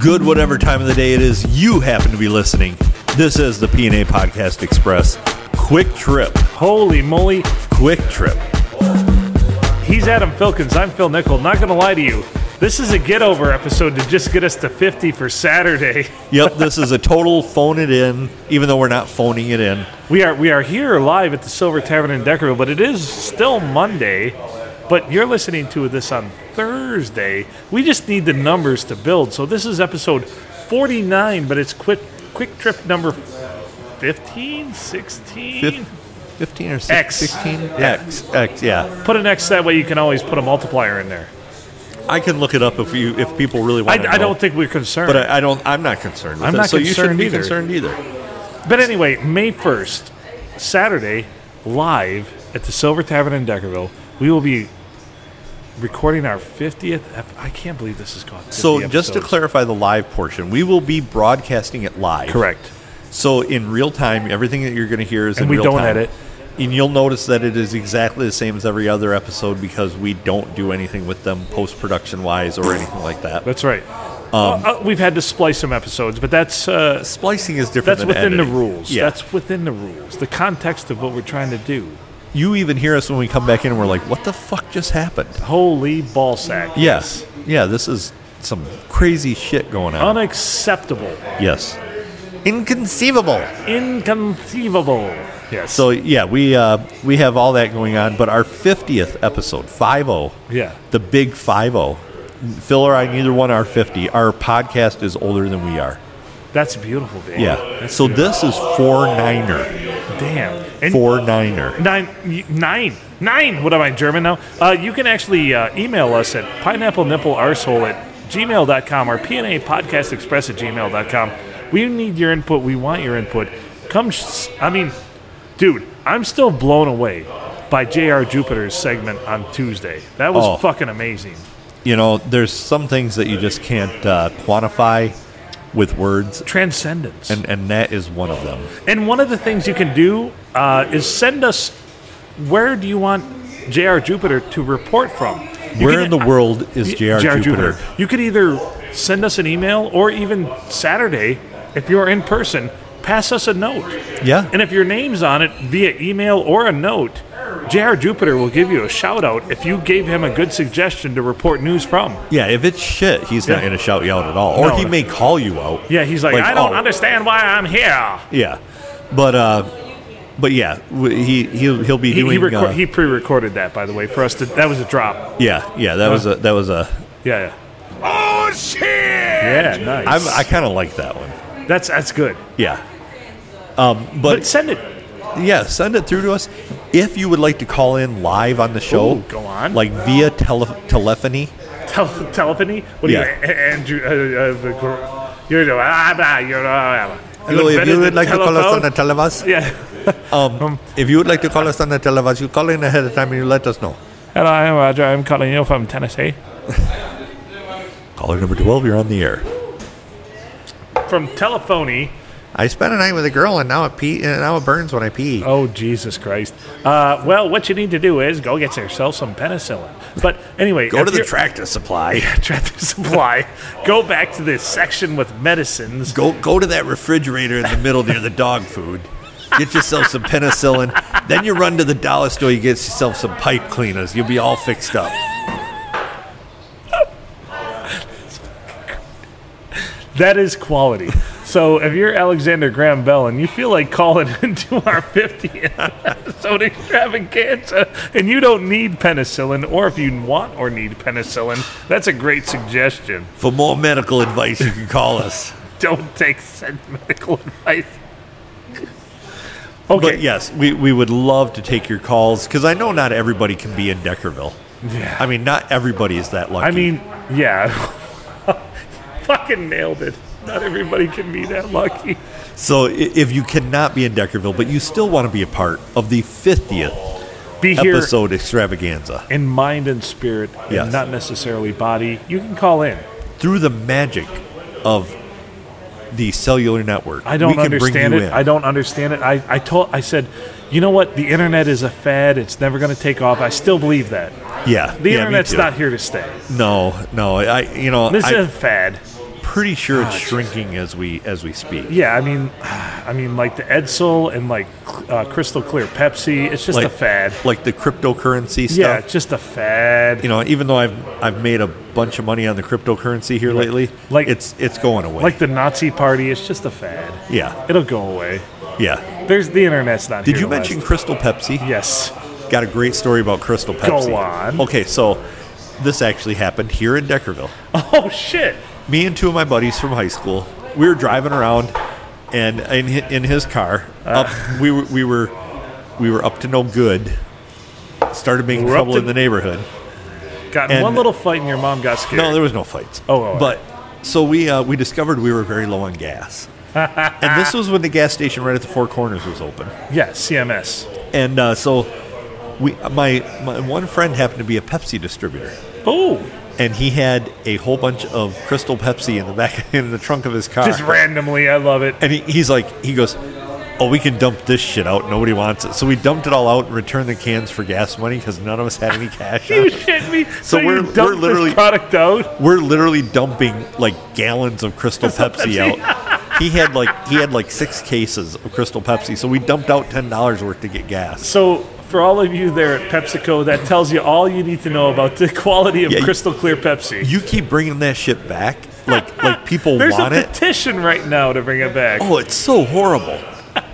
good whatever time of the day it is you happen to be listening. This is the PNA Podcast Express. Quick trip. Holy moly. Quick trip. He's Adam Filkins. I'm Phil Nickel. Not going to lie to you. This is a get over episode to just get us to 50 for Saturday. Yep, this is a total phone it in, even though we're not phoning it in. We are we are here live at the Silver Tavern in Deckerville, but it is still Monday. But you're listening to this on Thursday. We just need the numbers to build. So this is episode 49, but it's quick quick trip number 15, 16. Fif- 15 or X. 16? X. X, yeah. Put an X that way you can always put a multiplier in there. I can look it up if you if people really I, want to. I don't think we're concerned. But I, I don't. I'm not concerned with I'm it, not so you shouldn't concerned be either. concerned either. But anyway, May 1st, Saturday, live at the Silver Tavern in Deckerville, we will be recording our 50th. Ep- I can't believe this is gone. 50 So just to episodes. clarify the live portion, we will be broadcasting it live. Correct. So in real time, everything that you're going to hear is And in we real don't time. edit. And you'll notice that it is exactly the same as every other episode because we don't do anything with them post production wise or anything like that. That's right. Um, Uh, uh, we've had to splice some episodes, but that's uh, Splicing is different. that's than within the editing. rules. Yeah. That's within the rules. The context of what we're trying to do. you even hear us when we come back in and we're like, "What the fuck just happened?" Oh, Holy ballsack. Yes. Yeah. This is some crazy shit going on. Unacceptable. yes. Inconceivable. Inconceivable. Yes. So yeah, we uh, we have all that going on, but our fiftieth episode, five oh, zero. yeah. the big 50 phil or i neither one are 50 our podcast is older than we are That's beautiful, Dan. yeah That's so beautiful. this is four niner Damn. And four niner Nine, y- nine, nine. What am I, German now? Uh, you can actually uh, email us at pineapple nipple arsehole at gmail.com or PNA podcast express at gmail.com. We need your input. We want your input. Come, s I I mean, dude, I'm still blown away by J.R. Jupiter's segment on Tuesday. That was Oh. fucking amazing. you know there's some things that you just can't uh, quantify with words Transcendence. and, and that is one of them And one of the things you can do uh, is send us where do you want J.R. Jupiter to report from? You where can- uh, in the world is jr J.R. jupiter You could either send us an email or even Saturday, if you're in person, pass us a note. yeah And if your name's on it via email or a note, J.R. Jupiter will give you a shout out if you gave him a good suggestion to report news from. yeah if it's shit he's not Yeah. going to shout you out at all or No. he may call you out Yeah, he's like, I don't oh, understand why I'm here. yeah but uh but yeah w- he he'll, he'll be He, doing he, reco- uh, he pre-recorded that, by the way, for us to. That was a drop. yeah yeah that was a that was a Yeah, yeah. Oh shit! Yeah, nice. I'm, I kind of like that one. that's that's good. Yeah. Um, But but, send it. yeah, send it through to us if you would like to call in live on the show. Ooh, go on. Like via tele- telephony. Tele- telephony. What Yeah. do you, A- Andrew? Uh, uh, the gr- you're the ah, blah, you're uh, invented the telephone? televis, yeah. um, if you would like to call us on the televis, you call in ahead of time and you let us know. Hello, I'm Roger. I'm calling you from Tennessee. Caller number twelve, you're on the air. From telephony. I spent a night with a girl and now it pee and now it burns when I pee. Oh Jesus Christ! Uh, well, what you need to do is go get yourself some penicillin. But anyway, Go if to the you're- tractor supply. Tractor Supply. Go back to this section with medicines. Go go to that refrigerator in the middle near the dog food. Get yourself some penicillin. Then you run to the dollar store. You get yourself some pipe cleaners. You'll be all fixed up. That is quality. So if you're Alexander Graham Bell and you feel like calling into our 50th episode extravaganza and you don't need penicillin, or if you want or need penicillin, that's a great suggestion. For more medical advice, you can call us. Don't take said medical advice. Okay. But yes, we, we would love to take your calls because I know not everybody can be in Deckerville. Yeah. I mean, not everybody is that lucky. I mean, yeah. Fucking nailed it. Not everybody can be that lucky. so i- if you cannot be in Deckerville, but you still want to be a part of the 50th Be here episode extravaganza in mind and spirit, Yes. and not necessarily body. You can call in. through the magic of the cellular network. I don't we can understand bring it. you in. I don't understand it. I, I told I said, you know what? The internet is a fad. It's never going to take off. I still believe that. Yeah, The yeah, me internet's too. not here to stay. No, no. I, you know, This is I'm a fad. pretty sure it's shrinking as we as we speak. Yeah, I mean, I mean, like the Edsel and like uh, crystal clear Pepsi. It's just a fad. like the cryptocurrency Yeah, stuff. it's just a fad. You know, even though I've I've made a bunch of money on the cryptocurrency here lately, like- it's it's going away. like the Nazi party. It's just a fad. yeah, It'll go away. yeah. There's the internet's not. Did here you to last. mention Crystal Pepsi? Yes. Got a great story about Crystal Pepsi. on. Okay, so this actually happened here in Deckerville. Oh shit. me and two of my buddies from high school, we were driving around, and in hi- in his car, Uh. up we were we were we were up to no good. Started making We're up trouble to- in the neighborhood. Got in And- one little fight and your mom got scared. No, there was no fights. Oh, all right. but so we uh, we discovered we were very low on gas, and this was when the gas station right at the Four Corners was open. yeah, CMS. And uh, so we my my one friend happened to be a Pepsi distributor. Oh, And he had a whole bunch of Crystal Pepsi in the back in the trunk of his car. just randomly. I love it. And he, he's like, he goes, "Oh, we can dump this shit out. Nobody wants it." So we dumped it all out and returned the cans for gas money because none of us had any cash. on You us. shit me. So, we're- you we're dumped literally- this product out. We're literally dumping like gallons of Crystal Pepsi out. he had like he had like six cases of Crystal Pepsi, so we dumped out ten dollars worth to get gas. So for all of you there at PepsiCo, that tells you all you need to know about the quality of Yeah, you- crystal clear Pepsi. You keep bringing that shit back, like like people There's want a it. petition right now to bring it back. oh, it's so horrible.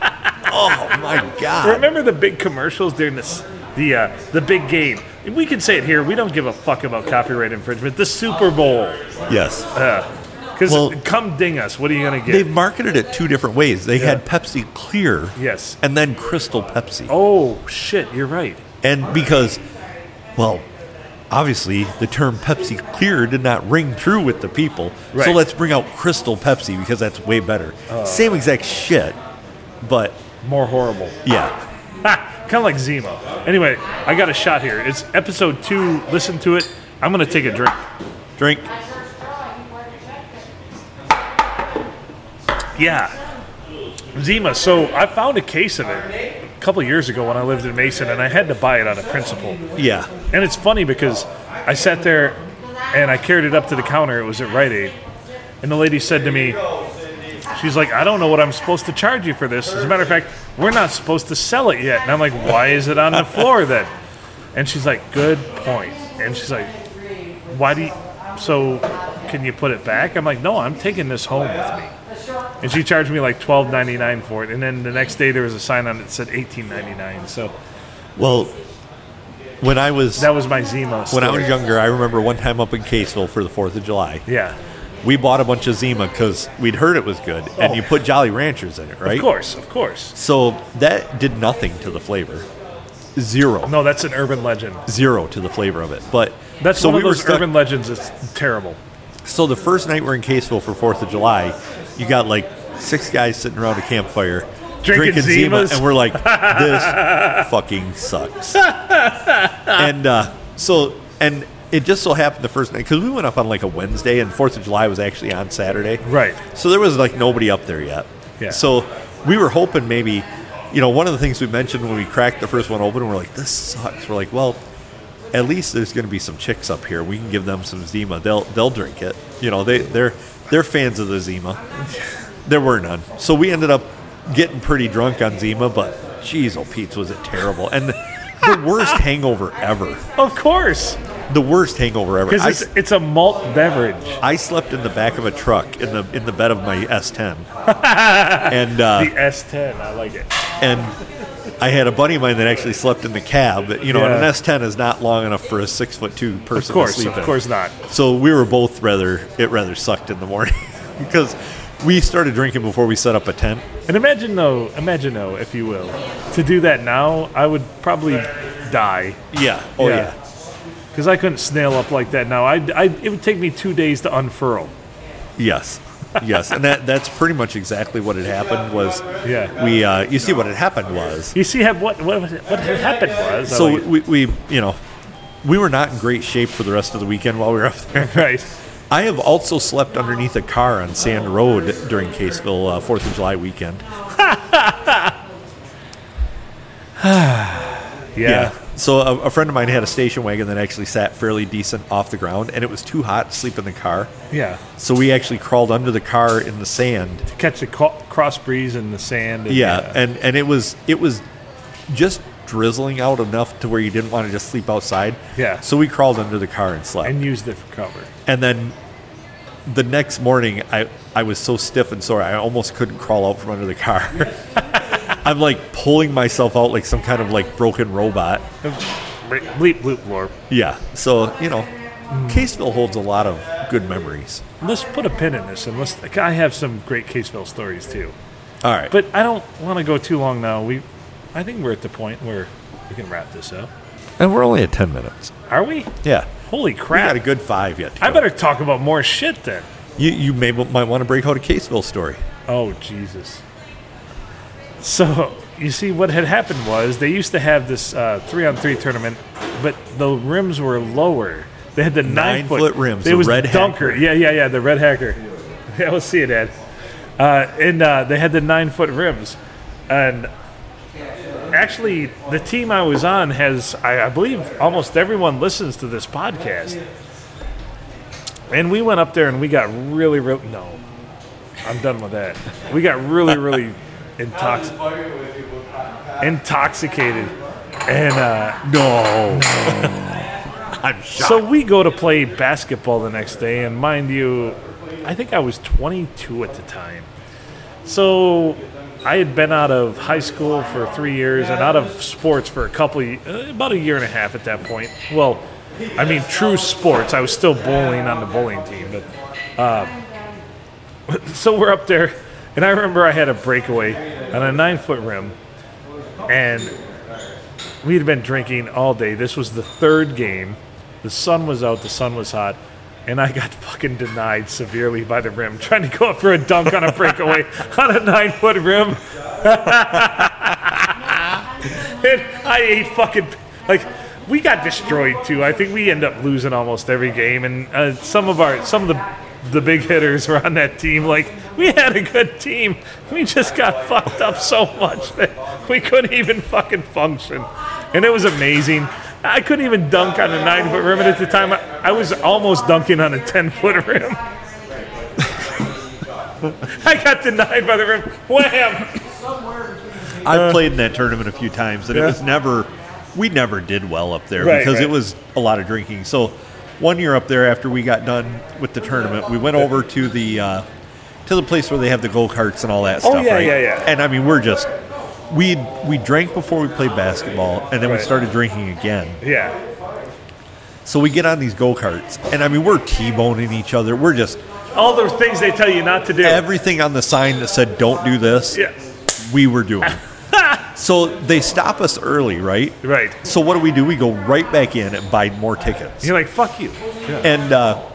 oh my god. Remember the big commercials during this the uh, the big game. We can say it here. We don't give a fuck about copyright infringement. The Super Bowl. Yes. Because Well- come ding us. What are you gonna get? They've marketed it two different ways. They had Pepsi Clear. Yes. And then Crystal Pepsi. oh shit! You're right. And because, well, obviously the term Pepsi Clear did not ring true with the people. So Right. Uh. let's bring out Crystal Pepsi because that's way better. Same exact shit, but More horrible. yeah. Ha! Kind of like Zemo. Anyway, I got a shot here. It's episode two. Listen to it. I'm gonna take a drink. Drink. Yeah. Zima. So I found a case of it a couple years ago when I lived in Mason, and I had to buy it out of principle. Yeah. And it's funny because I sat there and I carried it up to the counter. It was at Rite Aid. And the lady said to me, She's like, I don't know what I'm supposed to charge you for this. As a matter of fact, we're not supposed to sell it yet. And I'm like, Why is it on the floor then? And she's like, Good point. And she's like, Why do you. So can you put it back? I'm like, No, I'm taking this home with me. And she charged me like twelve ninety nine for it, and then the next day there was a sign on it that said eighteen ninety nine. So Well, when I was that was my Zima. when I story. was younger, I remember one time up in Caseville for the Fourth of July. yeah, We bought a bunch of Zima because we'd heard it was good, and Oh. you put Jolly Ranchers in it, right? of course, of course. So that did nothing to the flavor. Zero. No, that's an urban legend. Zero to the flavor of it. But That's so one we of were those stuck, urban legends that's terrible. So the first night we're in Caseville for Fourth of July, you got like six guys sitting around a campfire Drinking Zima, Zimas. and we're like, this fucking sucks. and uh, so and it just so happened the first night because we went up on like a Wednesday, and Fourth of July was actually on Saturday. Right. So there was like nobody up there yet. Yeah. So we were hoping maybe, you know, one of the things we mentioned when we cracked the first one open, we're like, this sucks. We're like, well, at least there's going to be some chicks up here. We can give them some Zima. They'll they'll drink it. You know, they they're they're fans of the Zima. There were none. So we ended up getting pretty drunk on Zima, but jeez, oh Pete's was it terrible and. The worst hangover ever. Of course, The worst hangover ever. I because s- it's, it's a malt beverage. I slept in the back of a truck in the in the bed of my S10, and uh, The S10, I like it. and I had a buddy of mine that actually slept in the cab. You know, and an Yeah. S10 is not long enough for a six foot two person Of course, to of sleep in. course not. So we were both rather it rather sucked in the morning because we started drinking before we set up a tent. And imagine though, imagine though, if you will, to do that now, I would probably die. Yeah. Oh yeah. Because I couldn't snail up like that now. I, I, it would take me two days to unfurl. Yes. Yes. And that that's pretty much exactly what had happened was. Yeah. We uh, you see what had happened was You see, have what what what had happened was I so like it. we, we you know we were not in great shape for the rest of the weekend while we were up there. right. I have also slept underneath a car on Sand Road during Caseville uh, Fourth of July weekend. Yeah. So a, a friend of mine had a station wagon that actually sat fairly decent off the ground, and it was too hot to sleep in the car. yeah, So we actually crawled under the car in the sand. To catch the co- cross breeze in the sand. And, uh, Yeah, and and it was it was just drizzling out enough to where you didn't want to just sleep outside. Yeah. So we crawled under the car and slept. and used it for cover. And then the next morning, I, I was so stiff and sore, I almost couldn't crawl out from under the car. I'm like pulling myself out like some kind of like broken robot. Bleep bloop blorp. Yeah. So, you know, Caseville holds a lot of good memories. Let's put a pin in this, and let's. I have some great Caseville stories too, All right. but I don't want to go too long now. We, I think we're at the point where we can wrap this up. and we're only at 10 minutes. Are we? Yeah. Holy We got crap! a good five yet. To I go. better talk about more shit then. You, you may, might want to break out a Caseville story. Oh Jesus! So you see, what had happened was they used to have this uh, three-on-three tournament, but the rims were lower. They had the nine-foot Nine-foot rims, It the was red dunker. Yeah, yeah, yeah. The red hacker. Yeah, let's see it, Ed. Uh, and uh, they had the nine-foot rims, and actually, the team I was on has, I, I believe, almost everyone listens to this podcast. And we went up there and we got really, really no. I'm done with that. We got really, really intoxicated. Intoxicated. And uh, No. I'm shocked. so we go to play basketball the next day, and mind you, I think I was 22 at the time. So I had been out of high school for three years and out of sports for a couple, uh, about a year and a half at that point. Well, I mean, true sports. I was still bowling on the bowling team, but so we're up there, and I remember I had a breakaway on a nine foot rim, and we had been drinking all day. This was the third game. The sun was out, the sun was hot, and I got fucking denied severely by the rim, trying to go up for a dunk on a breakaway on a nine foot rim. and I ate fucking like we got destroyed too. I think we end up losing almost every game, and uh, some of our some of the the big hitters were on that team. Like we had a good team, we just got fucked up so much that we couldn't even fucking function, and it was amazing. I couldn't even dunk on a nine foot rim, and at the time I, I was almost dunking on a ten foot rim. I got denied by the rim. Wham! I've played in that tournament a few times, and Uh, Yeah. it was never, we never did well up there Right, because right. it was a lot of drinking. So, one year up there, after we got done with the tournament, we went over to the uh, to the place where they have the go karts and all that Oh, stuff. yeah, right? yeah, yeah. And I mean, we're just we we drank before we played basketball, and then Right. we started drinking again. Yeah. So we get on these go karts, and I mean, we're t boning each other. We're just All the things they tell you not to do. everything on the sign that said "Don't do this." Yeah. we were doing. so they stop us early, right? Right. So what do we do? We go right back in and buy more tickets. You're like, fuck you. And uh,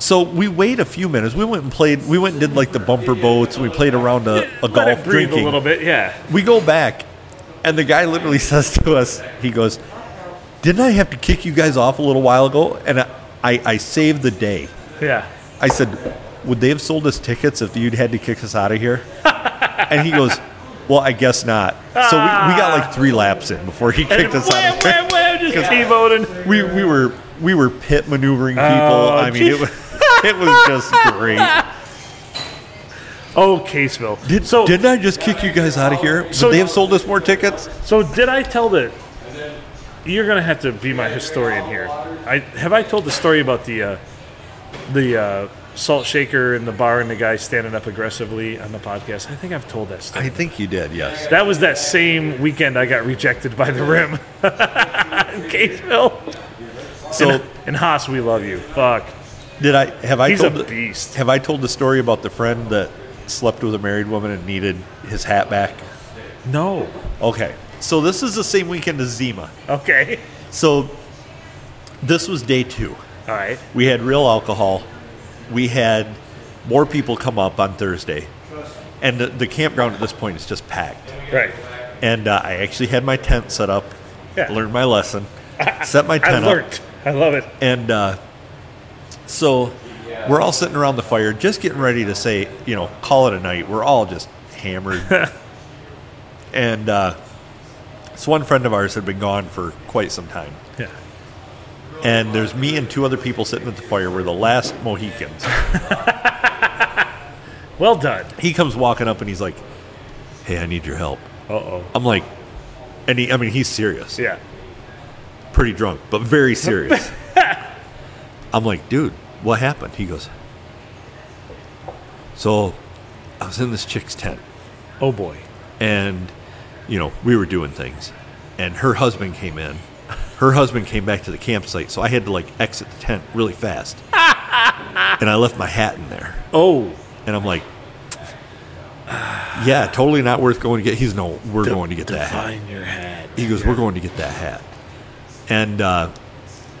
so we wait a few minutes. We went and played. We went and did like the bumper boats. We played around a, a Let it golf breathe drinking. a little bit. Yeah. We go back, and the guy literally says to us, "He goes, didn't I have to kick you guys off a little while ago?" And I, I, I saved the day. Yeah. I said, "Would they have sold us tickets if you'd had to kick us out of here?" and he goes, "Well, I guess not." So we, we got like three laps in before he kicked us out. wham, Of there. wham, wham, just T-voting. We we were we were pit maneuvering people. Oh, I mean, geez. it was it was just great. Oh, Caseville. Did, so, didn't I just kick you guys out of here? Would So- they have sold us more tickets? so did I tell the... You're going to have to be my historian here. I Have I told the story about the, uh, the uh, salt shaker in the bar and the guy standing up aggressively on the podcast? I think I've told that story. I think you did. Yes. That was that same weekend I got rejected by the rim. Caseville. So and, and Haas, we love you. Fuck. did I? Have I He's told? a the- beast. Have I told the story about the friend that slept with a married woman and needed his hat back? No. Okay. So this is the same weekend as Zima. Okay. So this was day two. All right. We had real alcohol. We had more people come up on Thursday. And the, the campground at this point is just packed. Right. And uh, I actually had my tent set up, Yeah. learned my lesson, set my I tent up. learned. I love it. And uh, so we're all sitting around the fire, just getting ready to say, you know, call it a night. We're all just hammered. and uh, this one friend of ours had been gone for quite some time. Yeah. And there's me and two other people sitting at the fire. We're the last Mohicans. Well done. He comes walking up and he's like, hey, I need your help. Uh oh. I'm like, and he, I mean, he's serious. Yeah. pretty drunk, but very serious. I'm like, dude, what happened? He goes, so I was in this chick's tent Oh boy. and, you know, we were doing things and her husband came in. Her husband came back to the campsite, so I had to like exit the tent really fast. and I left my hat in there. Oh. And I'm like, yeah, totally not worth going to get. He's no, we're going to get that hat. Define your hat. He goes, "We're going to get that hat," and uh,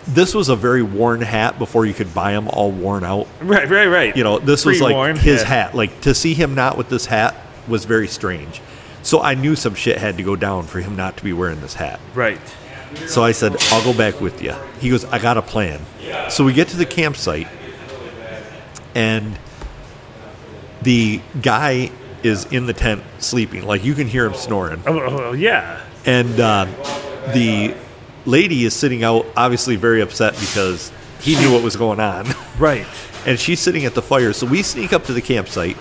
this was a very worn hat before you could buy them all worn out. Right, right, right. You know, this was like Pre-worn, his yeah. hat. Like to see him not with this hat was very strange. So I knew some shit had to go down for him not to be wearing this hat. Right. So I said, "I'll go back with you." He goes, "I got a plan." So we get to the campsite, and the guy is in the tent sleeping. Like you can hear him snoring Oh, oh, oh, yeah. and uh, the lady is sitting out, obviously very upset because he knew what was going on, Right. and she's sitting at the fire. So we sneak up to the campsite,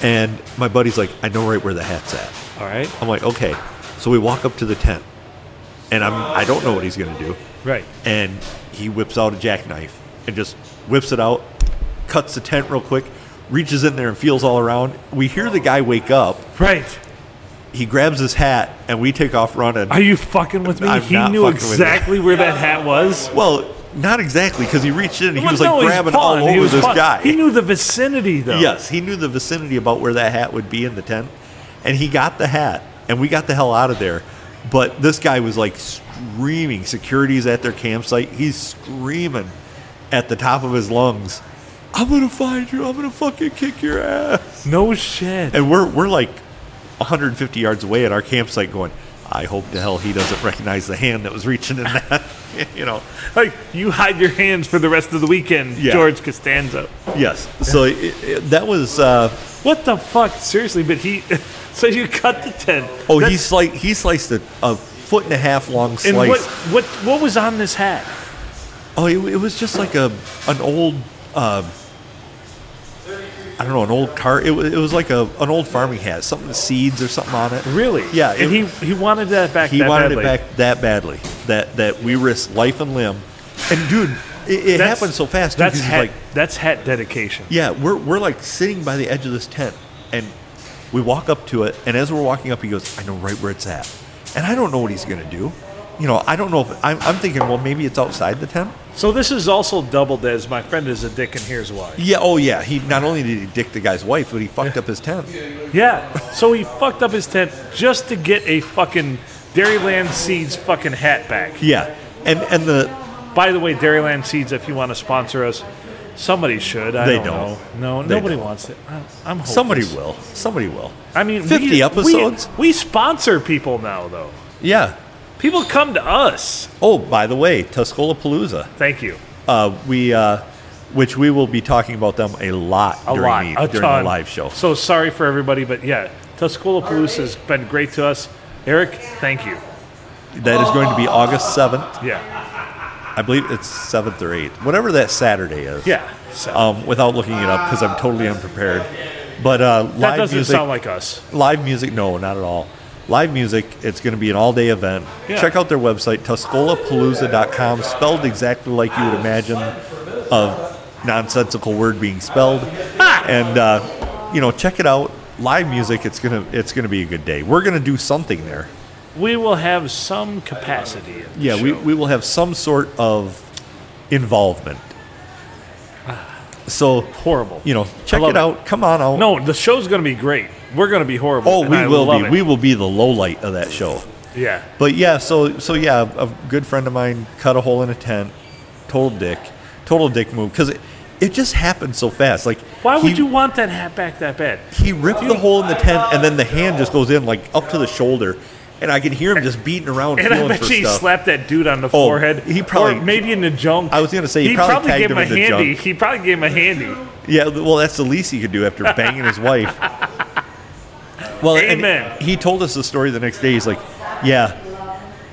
and my buddy's like, "I know right where the hat's at." All right. I'm like, "Okay." So we walk up to the tent, and I'm I don't know what he's gonna do, Right. and he whips out a jackknife and just whips it out, cuts the tent real quick, reaches in there and feels all around. We hear the guy wake up. Right. He grabs his hat, and we take off running. Are you fucking with me? I'm he not knew fucking with you. exactly where that hat was. Well, not exactly, because he reached in and he Well, was like no, he's grabbing all pawned. over He was this pawned. guy. He knew the vicinity, though. yes, he knew the vicinity about where that hat would be in the tent, and he got the hat, and we got the hell out of there. But this guy was like screaming. Security's at their campsite. He's screaming at the top of his lungs. I'm gonna find you. I'm gonna fucking kick your ass. No shit. And we're we're like 150 yards away at our campsite, going. I hope to hell he doesn't recognize the hand that was reaching in that. you know. Like, you hide your hands for the rest of the weekend, Yeah. George Costanzo. Yes. So it, it, that was. Uh, What the fuck? Seriously, but he. So you cut the tent. oh, That's- he sliced. He sliced a, a foot and a half long And slice. what, what, what was on this hat? Oh, it, it was just like a an old. Uh, I don't know an old car. It, wa- it was like a an old farming hat, something with seeds or something on it. Really? Yeah, And it- he, he wanted that back. He that wanted badly. it back that badly that that we risked life and limb, and dude, it, it That's- happened so fast. Too, That's 'cause he's hat. like, that's hat dedication. Yeah, we're, we're like sitting by the edge of this tent, and we walk up to it. And as we're walking up, he goes, "I know right where it's at," and I don't know what he's gonna do. You know, I don't know if I'm, I'm thinking, well, maybe it's outside the tent. So this is also doubled as my friend is a dick, and here's why. Yeah, oh yeah. He not only did he dick the guy's wife, but he fucked up his tent. Yeah. So he fucked up his tent just to get a fucking Dairyland Seeds fucking hat back. Yeah, and and the By the way, Dairyland Seeds, if you want to sponsor us, somebody should. I They don't, don't. know. No, They nobody don't. wants it. I- I'm hopeless. somebody will, somebody will. I mean, we- 50 we- episodes? We, sponsor people now, though. Yeah. People come to us. Oh, by the way, Tuscola Palooza. Thank you. Uh, we. Uh, which we will be talking about them a lot A during, lot. the, a during ton. the live show. So sorry for everybody, but yeah, Tuscola Palooza has been great to us. Eric, thank you. That is going to be August 7th. Yeah. I believe it's seventh or eighth, whatever that Saturday is. Yeah. So, Um, without looking it up because I'm totally unprepared. But uh, live that doesn't music, sound like us. live music, no, not at all. Live music. It's going to be an all-day event. Yeah. Check out their website, TuscolaPalooza.com, spelled exactly like you would imagine a nonsensical word being spelled. And uh, you know, check it out. Live music. It's gonna. It's gonna be a good day. We're gonna do something there. We will have some capacity. In the Yeah, we, show. we will have some sort of involvement. So, horrible. you know, check love it it. out. Come on out. No, the show's going to be great. We're going to be horrible. oh, and we I will love be. it. We will be the low light of that show. yeah. But yeah, so so yeah, a good friend of mine cut a hole in a tent. Total dick. Total dick move because it, it just happened so fast. Like Why he- would you want that hat back that bad? He ripped the hole in the tent, and then the hand just goes in like up to the shoulder, and I can hear him just beating around, And I feeling bet for you he stuff. slapped that dude on the Oh, forehead. he probably- or maybe in the junk. I was gonna say, he probably tagged gave him a in the handy. junk. He probably gave him a handy. Yeah, well, that's the least he could do after banging his wife. Well, and Amen. he told us the story the next day. He's like, "Yeah,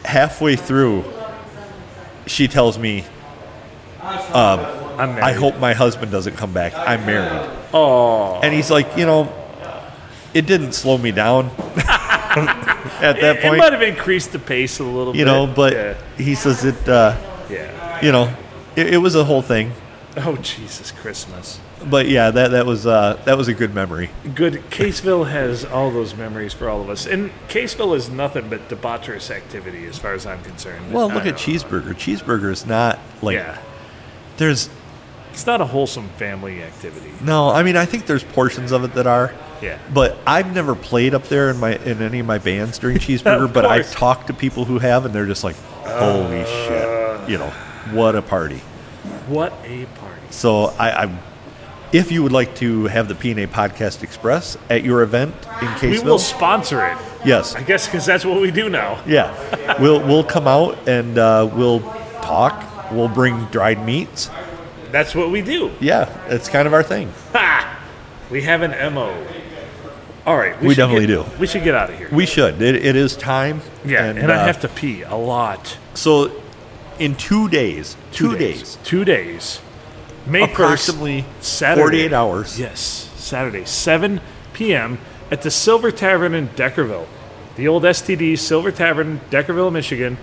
halfway through, she tells me, I'm married. I hope my husband doesn't come back. I'm married." Oh, And he's like, "You know, it didn't slow me down at that it, it might point, have increased the pace a little. you bit. know." But yeah. he says it, uh, yeah. you know, it, it was a whole thing. Oh Jesus Christmas. But yeah, that that was uh, that was a good memory. Good. Caseville has all those memories for all of us, and Caseville is nothing but debaucherous activity, as far as I'm concerned. Well, I look at don't- cheeseburger. Cheeseburger is not like Yeah, there's it's not a wholesome family activity. No, I mean I think there's portions of it that are. Yeah. But I've never played up there in my in any of my bands during Cheeseburger, but I've course. Uh. talked to people who have and they're just like, Holy shit. You know, what a party. What a party! So I, I if you would like to have the PNA Podcast Express at your event in We Caseville, will sponsor it, yes, I guess, because that's what we do now. yeah, we'll we'll come out and uh, we'll talk. We'll bring dried meats. That's what we do. Yeah, it's kind of our thing. Ha! We have an mo. All right, We should definitely get- do. We should get out of here. We should. It, it is time. yeah, and, I uh, have to pee a lot. So, in two days, two, days, Two days. May approximately Saturday. 48 hours. Yes, Saturday, 7 p.m. at the Silver Tavern in Deckerville. The old STD Silver Tavern, Deckerville, Michigan.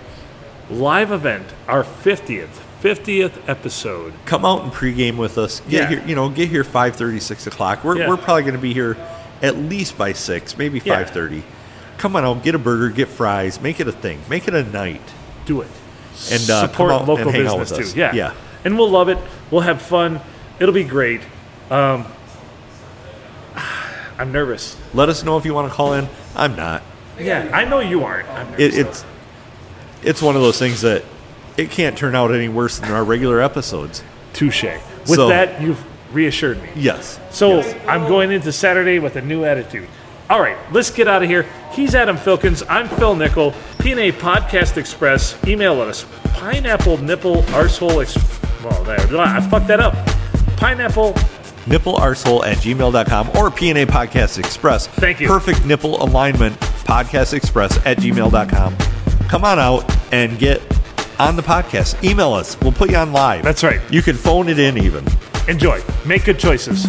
Live event, our 50th, 50th episode. Come out and pregame with us. Get Yeah. here, you know, get here 5:30, 6 o'clock. We're, Yeah. we're probably going to be here at least by six, maybe Yeah. 5:30. Come on out, get a burger, get fries, make it a thing, make it a night. do it. And, uh, support come out local and hang out business with us. too. Yeah. Yeah. And we'll love it. We'll have fun. It'll be great. Um, I'm nervous. Let us know if you want to call in. I'm not. Yeah, I know you aren't. I'm nervous, It, it's it's one of those things that it can't turn out any worse than our regular episodes. though. touche. With So- that, you've reassured me. Yes. So Yes. I'm going into Saturday with a new attitude. All right, let's get out of here. He's Adam Filkins. I'm Phil Nickel. PNA Podcast Express. Email us pineapple nipple arsehole. Exp- well, there. I fucked that up. Pineapple nipplearsehole at gmail.com or PNA Podcast Express. Thank you. Perfect nipple alignment podcast express at gmail.com. Come on out and get on the podcast. Email us. We'll put you on live. That's right. You can phone it in even. Enjoy. Make good choices.